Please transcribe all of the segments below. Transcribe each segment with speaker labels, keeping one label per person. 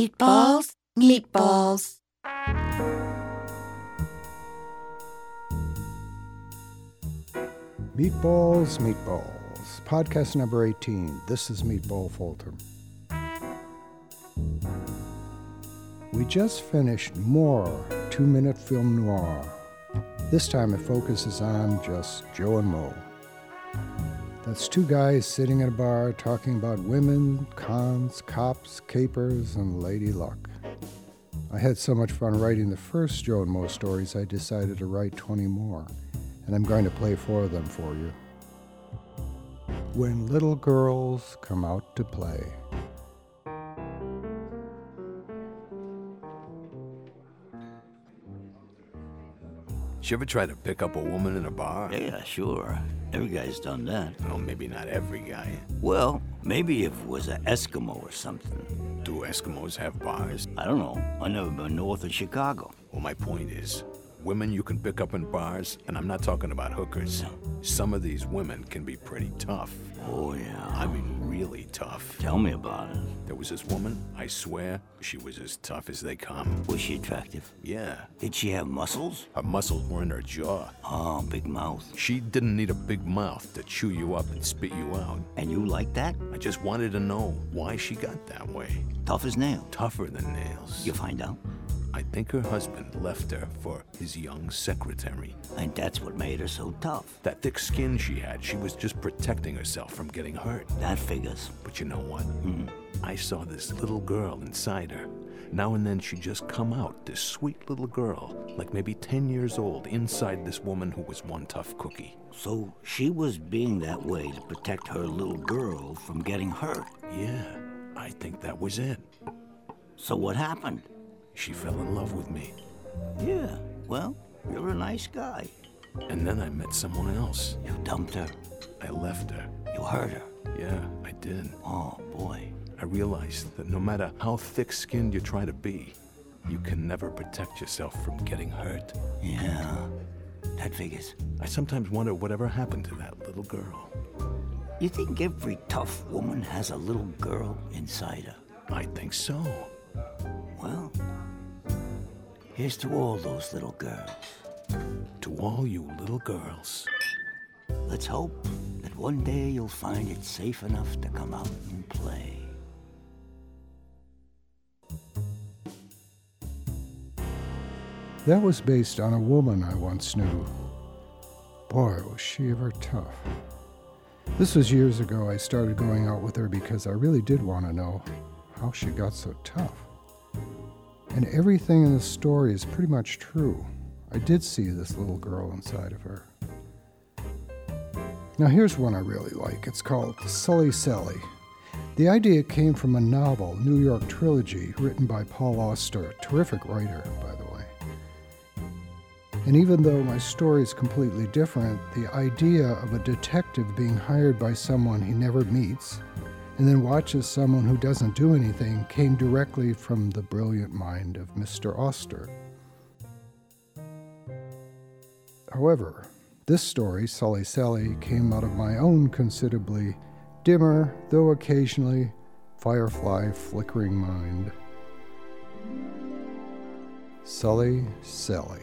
Speaker 1: Meatballs, meatballs.
Speaker 2: Meatballs, Meatballs, podcast number 18. This is Meatball Fulton. We just finished more two minute film noir. This time it focuses on just Joe and Mo. That's two guys sitting at a bar talking about women, cons, cops, capers, and lady luck. I had so much fun writing the first Joe and Mo stories, I decided to write 20 more and I'm going to play four of them for you. When Little Girls Come Out to Play.
Speaker 3: Did you ever try to pick up a woman in a bar?
Speaker 4: Yeah, sure. Every guy's done that.
Speaker 3: Well, maybe not every guy.
Speaker 4: Well, maybe if it was an Eskimo or something.
Speaker 3: Do Eskimos have bars?
Speaker 4: I don't know. i never been north of Chicago.
Speaker 3: Well, my point is, women you can pick up in bars, and I'm not talking about hookers. Some of these women can be pretty tough.
Speaker 4: Oh, yeah.
Speaker 3: I mean, really tough.
Speaker 4: Tell me about it.
Speaker 3: There was this woman, I swear, she was as tough as they come.
Speaker 4: Was she attractive?
Speaker 3: Yeah,
Speaker 4: Did she have muscles?
Speaker 3: her muscles were in her jaw.
Speaker 4: Oh, big mouth.
Speaker 3: She didn't need a big mouth to chew you up and spit you out.
Speaker 4: And you like that?
Speaker 3: I just wanted to know why she got that way.
Speaker 4: Tough as nails.
Speaker 3: Tougher than nails.
Speaker 4: You find out.
Speaker 3: I think her husband left her for his young secretary.
Speaker 4: And that's what made her so tough.
Speaker 3: That thick skin she had, she was just protecting herself from getting hurt.
Speaker 4: That figures. Hmm.
Speaker 3: But you know what? I saw this little girl inside her. Now and then she'd just come out, this sweet little girl, like maybe 10 years old, inside this woman who was one tough cookie.
Speaker 4: So she was being that way to protect her little girl from getting hurt.
Speaker 3: Yeah, I think that was it.
Speaker 4: So what happened?
Speaker 3: She fell in love with me.
Speaker 4: Yeah, well, you're a nice guy.
Speaker 3: And then I met someone else.
Speaker 4: You dumped her.
Speaker 3: I left her.
Speaker 4: You hurt her.
Speaker 3: Yeah, I did.
Speaker 4: Oh, boy.
Speaker 3: I realized that no matter how thick skinned you try to be, you can never protect yourself from getting hurt.
Speaker 4: Yeah, that figures.
Speaker 3: I sometimes wonder whatever happened to that little girl.
Speaker 4: You think every tough woman has a little girl inside her?
Speaker 3: I think so.
Speaker 4: Well, here's to all those little girls.
Speaker 3: To all you little girls.
Speaker 4: Let's hope that one day you'll find it safe enough to come out and play.
Speaker 2: That was based on a woman I once knew. Boy, was she ever tough. This was years ago. I started going out with her because I really did want to know how she got so tough. And everything in the story is pretty much true. I did see this little girl inside of her. Now, here's one I really like. It's called Sully Sally. The idea came from a novel, New York Trilogy, written by Paul Auster, a terrific writer, by the way. And even though my story is completely different, the idea of a detective being hired by someone he never meets and then watches someone who doesn't do anything came directly from the brilliant mind of Mr. Auster. However, this story, Sully Sally, came out of my own considerably dimmer, though occasionally firefly flickering mind. Sully Sally.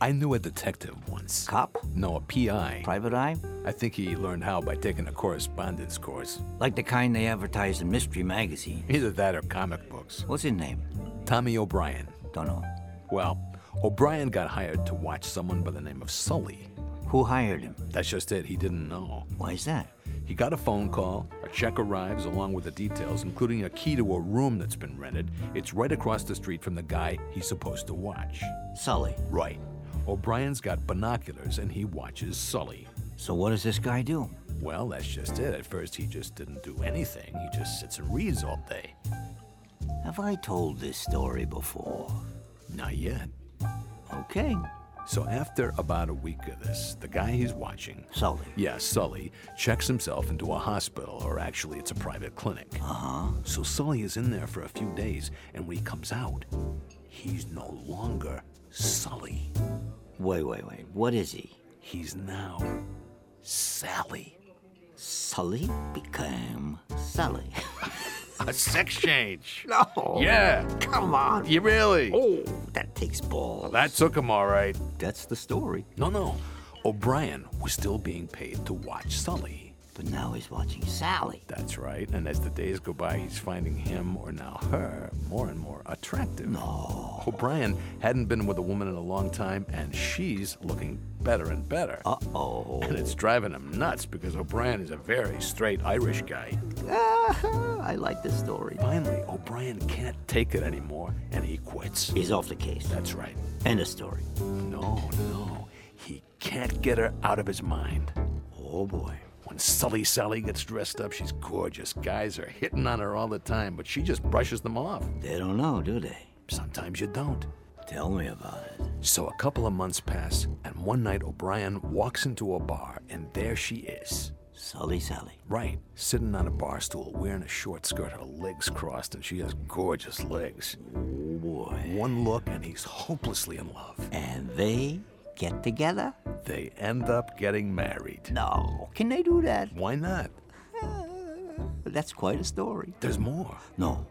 Speaker 3: I knew a detective once.
Speaker 4: Cop?
Speaker 3: No, a PI.
Speaker 4: Private eye?
Speaker 3: I think he learned how by taking a correspondence course.
Speaker 4: Like the kind they advertise in Mystery Magazine.
Speaker 3: Either that or comic books.
Speaker 4: What's his name?
Speaker 3: Tommy O'Brien.
Speaker 4: Dunno.
Speaker 3: Well, O'Brien got hired to watch someone by the name of Sully.
Speaker 4: Who hired him?
Speaker 3: That's just it, he didn't know.
Speaker 4: Why's that?
Speaker 3: He got a phone call, a check arrives along with the details, including a key to a room that's been rented. It's right across the street from the guy he's supposed to watch.
Speaker 4: Sully.
Speaker 3: Right. O'Brien's got binoculars and he watches Sully.
Speaker 4: So what does this guy do?
Speaker 3: Well, that's just it. At first, he just didn't do anything. He just sits and reads all day.
Speaker 4: Have I told this story before?
Speaker 3: Not yet.
Speaker 4: Okay.
Speaker 3: So, after about a week of this, the guy he's watching
Speaker 4: Sully.
Speaker 3: Yeah, Sully checks himself into a hospital, or actually, it's a private clinic. Uh-huh. So Sully is in there for a few days, and when he comes out, he's no longer Sully.
Speaker 4: Wait, wait, wait. What is he?
Speaker 3: He's now Sally.
Speaker 4: Sully became Sally.
Speaker 3: A sex change.
Speaker 4: No.
Speaker 3: Yeah.
Speaker 4: Come on.
Speaker 3: You really?
Speaker 4: Oh, that takes balls.
Speaker 3: That took him all right.
Speaker 4: That's the story.
Speaker 3: No, no. O'Brien was still being paid to watch Sully.
Speaker 4: But now he's watching Sally.
Speaker 3: That's right. And as the days go by, he's finding him, or now her, more and more attractive.
Speaker 4: No.
Speaker 3: O'Brien hadn't been with a woman in a long time, and she's looking better and better.
Speaker 4: Uh oh.
Speaker 3: And it's driving him nuts because O'Brien is a very straight Irish guy.
Speaker 4: I like this story.
Speaker 3: Finally, O'Brien can't take it anymore, and he quits.
Speaker 4: He's off the case.
Speaker 3: That's right.
Speaker 4: End of story.
Speaker 3: No, no. He can't get her out of his mind.
Speaker 4: Oh boy.
Speaker 3: When Sully Sally gets dressed up, she's gorgeous. Guys are hitting on her all the time, but she just brushes them off.
Speaker 4: They don't know, do they?
Speaker 3: Sometimes you don't.
Speaker 4: Tell me about it.
Speaker 3: So a couple of months pass, and one night O'Brien walks into a bar, and there she is.
Speaker 4: Sully Sally.
Speaker 3: Right, sitting on a bar stool, wearing a short skirt, her legs crossed, and she has gorgeous legs.
Speaker 4: Oh boy.
Speaker 3: One look, and he's hopelessly in love.
Speaker 4: And they get together?
Speaker 3: They end up getting married.
Speaker 4: No. Can they do that?
Speaker 3: Why not?
Speaker 4: That's quite a story.
Speaker 3: There's more.
Speaker 4: No.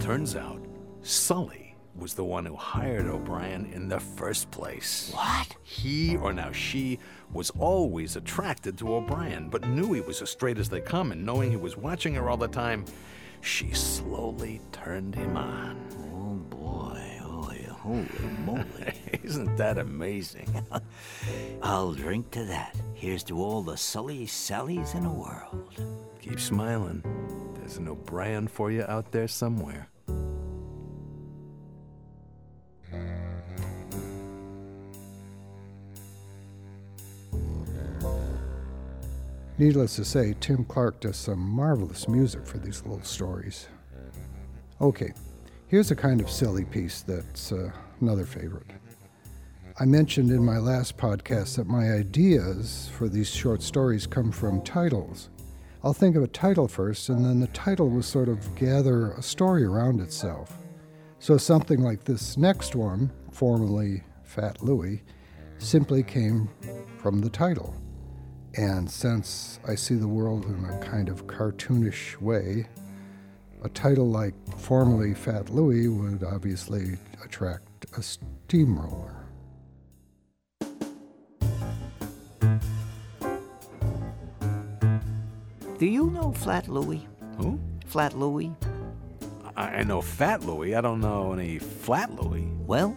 Speaker 3: Turns out, Sully was the one who hired O'Brien in the first place.
Speaker 4: What?
Speaker 3: He, or now she, was always attracted to O'Brien, but knew he was as straight as they come, and knowing he was watching her all the time, she slowly turned him on.
Speaker 4: Oh boy. Oh, yeah. holy moly.
Speaker 3: Isn't that amazing?
Speaker 4: I'll drink to that. Here's to all the Sully Sallys in the world.
Speaker 3: Keep smiling. There's an O'Brien for you out there somewhere.
Speaker 2: Needless to say, Tim Clark does some marvelous music for these little stories. Okay, here's a kind of silly piece that's uh, another favorite. I mentioned in my last podcast that my ideas for these short stories come from titles. I'll think of a title first, and then the title will sort of gather a story around itself. So something like this next one, formerly Fat Louie, simply came from the title. And since I see the world in a kind of cartoonish way, a title like formerly Fat Louie would obviously attract a steamroller.
Speaker 4: Do you know Flat Louie?
Speaker 3: Who?
Speaker 4: Flat Louie?
Speaker 3: I, I know Fat Louie. I don't know any Flat Louie.
Speaker 4: Well,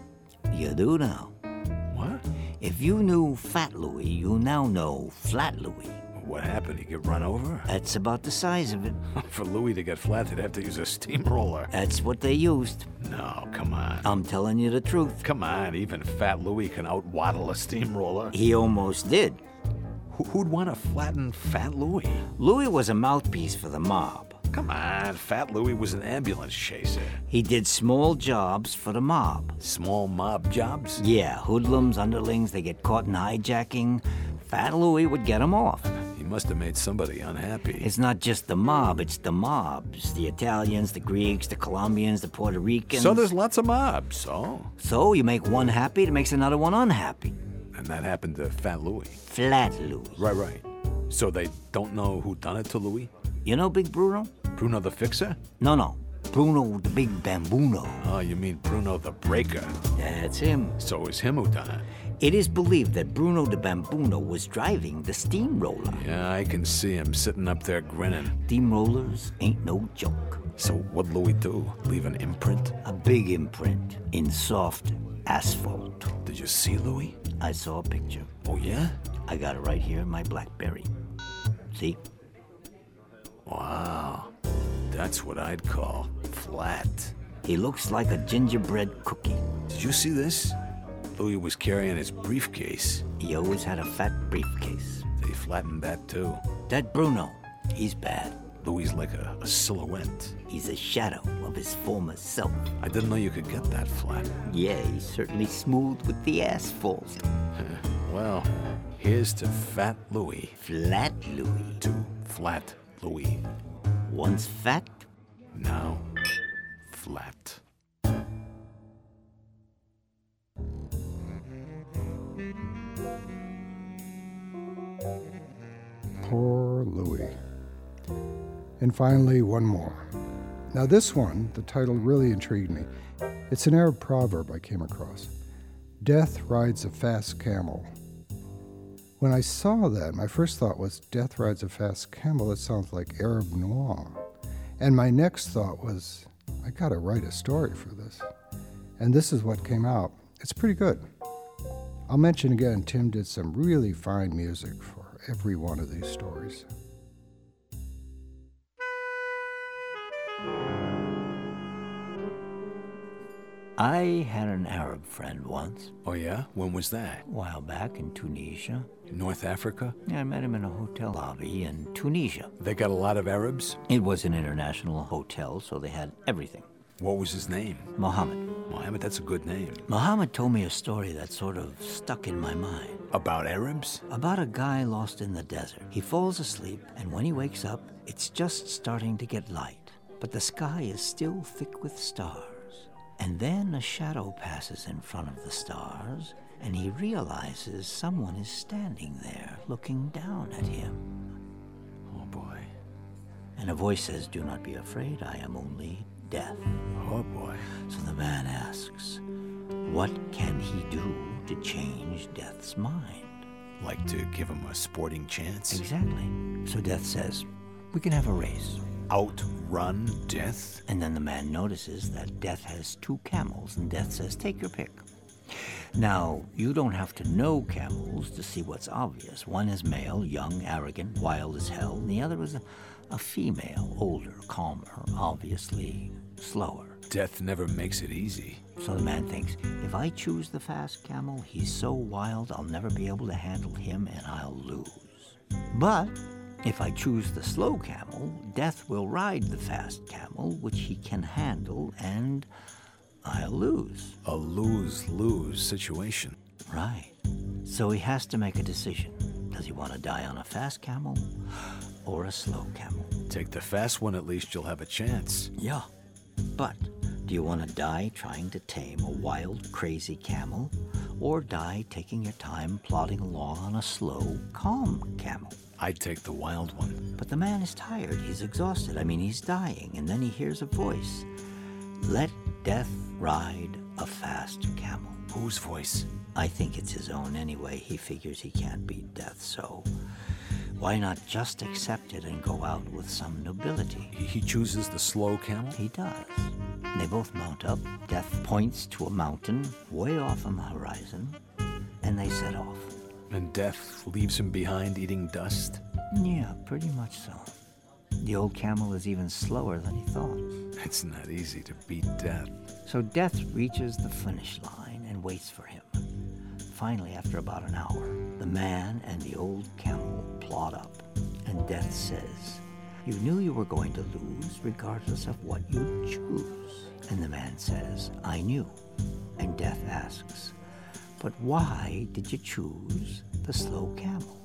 Speaker 4: you do now.
Speaker 3: What?
Speaker 4: If you knew Fat Louie, you now know Flat Louie.
Speaker 3: What happened? He get run over?
Speaker 4: That's about the size of it.
Speaker 3: For Louie to get flat, they'd have to use a steamroller.
Speaker 4: That's what they used.
Speaker 3: No, come on.
Speaker 4: I'm telling you the truth.
Speaker 3: Come on, even Fat Louie can outwaddle a steamroller.
Speaker 4: He almost did.
Speaker 3: Who- Who'd want to flatten Fat Louie?
Speaker 4: Louie was a mouthpiece for the mob.
Speaker 3: Come on, Fat Louie was an ambulance chaser.
Speaker 4: He did small jobs for the mob.
Speaker 3: Small mob jobs?
Speaker 4: Yeah, hoodlums, underlings, they get caught in hijacking. Fat Louie would get 'em off.
Speaker 3: He must have made somebody unhappy.
Speaker 4: It's not just the mob, it's the mobs. The Italians, the Greeks, the Colombians, the Puerto Ricans.
Speaker 3: So there's lots of mobs, oh.
Speaker 4: So you make one happy, it makes another one unhappy.
Speaker 3: And that happened to Fat Louie.
Speaker 4: Flat Louie.
Speaker 3: Right, right. So they don't know who done it to Louie?
Speaker 4: You know Big Bruno?
Speaker 3: Bruno the Fixer?
Speaker 4: No, no. Bruno the Big Bambuno.
Speaker 3: Oh, you mean Bruno the Breaker.
Speaker 4: That's him.
Speaker 3: So it was him who done it.
Speaker 4: It is believed that Bruno the Bambuno was driving the steamroller.
Speaker 3: Yeah, I can see him sitting up there grinning.
Speaker 4: Steamrollers ain't no joke.
Speaker 3: So what'd Louis do? Leave an imprint?
Speaker 4: A big imprint in soft asphalt.
Speaker 3: Did you see Louis?
Speaker 4: I saw a picture.
Speaker 3: Oh yeah?
Speaker 4: I got it right here in my Blackberry. See?
Speaker 3: Wow. That's what I'd call flat.
Speaker 4: He looks like a gingerbread cookie.
Speaker 3: Did you see this? Louis was carrying his briefcase.
Speaker 4: He always had a fat briefcase.
Speaker 3: They flattened that too.
Speaker 4: That Bruno, he's bad.
Speaker 3: Louis like a, a silhouette.
Speaker 4: He's a shadow of his former self.
Speaker 3: I didn't know you could get that flat.
Speaker 4: Yeah, he's certainly smooth with the asphalt.
Speaker 3: Well, here's to fat Louis.
Speaker 4: Flat Louis.
Speaker 3: To flat Louis.
Speaker 4: Once fat,
Speaker 3: Now flat.
Speaker 2: Poor Louis. And finally, one more. Now, this one, the title really intrigued me. It's an Arab proverb I came across Death rides a fast camel. When I saw that, my first thought was Death rides a fast camel. That sounds like Arab noir. And my next thought was, I gotta write a story for this. And this is what came out. It's pretty good. I'll mention again, Tim did some really fine music for every one of these stories.
Speaker 4: I had an Arab friend once,
Speaker 3: Oh, yeah? When was that?
Speaker 4: a while back in Tunisia.
Speaker 3: North Africa?
Speaker 4: I met him in a hotel lobby in Tunisia.
Speaker 3: They got a lot of Arabs?
Speaker 4: It was an international hotel, so they had everything.
Speaker 3: What was his name?
Speaker 4: Mohammed.
Speaker 3: Mohammed, that's a good name.
Speaker 4: Mohammed told me a story that sort of stuck in my mind
Speaker 3: About Arabs?
Speaker 4: about a guy lost in the desert. He falls asleep, and when he wakes up, it's just starting to get light, but the sky is still thick with stars. And then a shadow passes in front of the stars, and he realizes someone is standing there looking down at him.
Speaker 3: Oh, boy.
Speaker 4: And a voice says, Do not be afraid, I am only death.
Speaker 3: Oh, boy.
Speaker 4: So the man asks, What can he do to change Death's mind?
Speaker 3: Like to give him a sporting chance?
Speaker 4: Exactly. So Death says, We can have a race.
Speaker 3: Outrun death?
Speaker 4: And then the man notices that Death has two camels, and Death says, Take your pick. Now, you don't have to know camels to see what's obvious. One is male, young, arrogant, wild as hell, and the other is a, a female, older, calmer, obviously slower.
Speaker 3: Death never makes it easy.
Speaker 4: So the man thinks, if I choose the fast camel, he's so wild I'll never be able to handle him and I'll lose. But if I choose the slow camel, death will ride the fast camel, which he can handle, and I'll lose.
Speaker 3: A lose lose situation.
Speaker 4: Right. So he has to make a decision. Does he want to die on a fast camel or a slow camel?
Speaker 3: Take the fast one, at least you'll have a chance.
Speaker 4: Yeah. But do you want to die trying to tame a wild, crazy camel? Or die taking your time plodding along on a slow, calm camel?
Speaker 3: I'd take the wild one.
Speaker 4: But the man is tired. He's exhausted. I mean, he's dying. And then he hears a voice Let death ride a fast camel.
Speaker 3: Whose voice?
Speaker 4: I think it's his own anyway. He figures he can't beat death, so why not just accept it and go out with some nobility?
Speaker 3: He, he chooses the slow camel?
Speaker 4: He does. They both mount up. Death points to a mountain way off on the horizon, and they set off.
Speaker 3: And death leaves him behind eating dust?
Speaker 4: Yeah, pretty much so. The old camel is even slower than he thought.
Speaker 3: It's not easy to beat death.
Speaker 4: So Death reaches the finish line and waits for him. Finally, after about an hour, the man and the old camel plod up, and Death says, You knew you were going to lose regardless of what you choose. And the man says, I knew. And Death asks, But why did you choose the slow camel?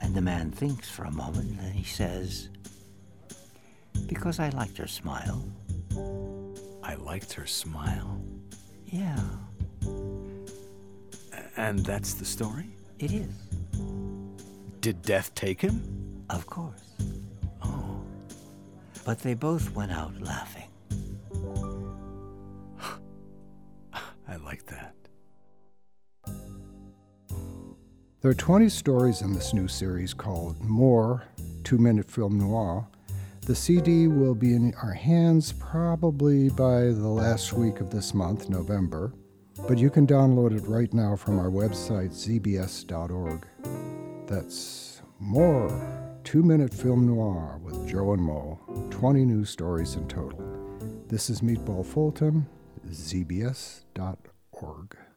Speaker 4: And the man thinks for a moment, and then he says, Because I liked her smile.
Speaker 3: I liked her smile.
Speaker 4: Yeah.
Speaker 3: A- And that's the story?
Speaker 4: It is.
Speaker 3: Did death take him?
Speaker 4: Of course.
Speaker 3: Oh.
Speaker 4: But they both went out laughing.
Speaker 3: I like that.
Speaker 2: There are 20 stories in this new series called More Two Minute Film Noir. The CD will be in our hands probably by the last week of this month, November, but you can download it right now from our website, zbs.org. That's More Two Minute Film Noir with Joe and Mo, 20 new stories in total. This is Meatball Fulton, zbs.org.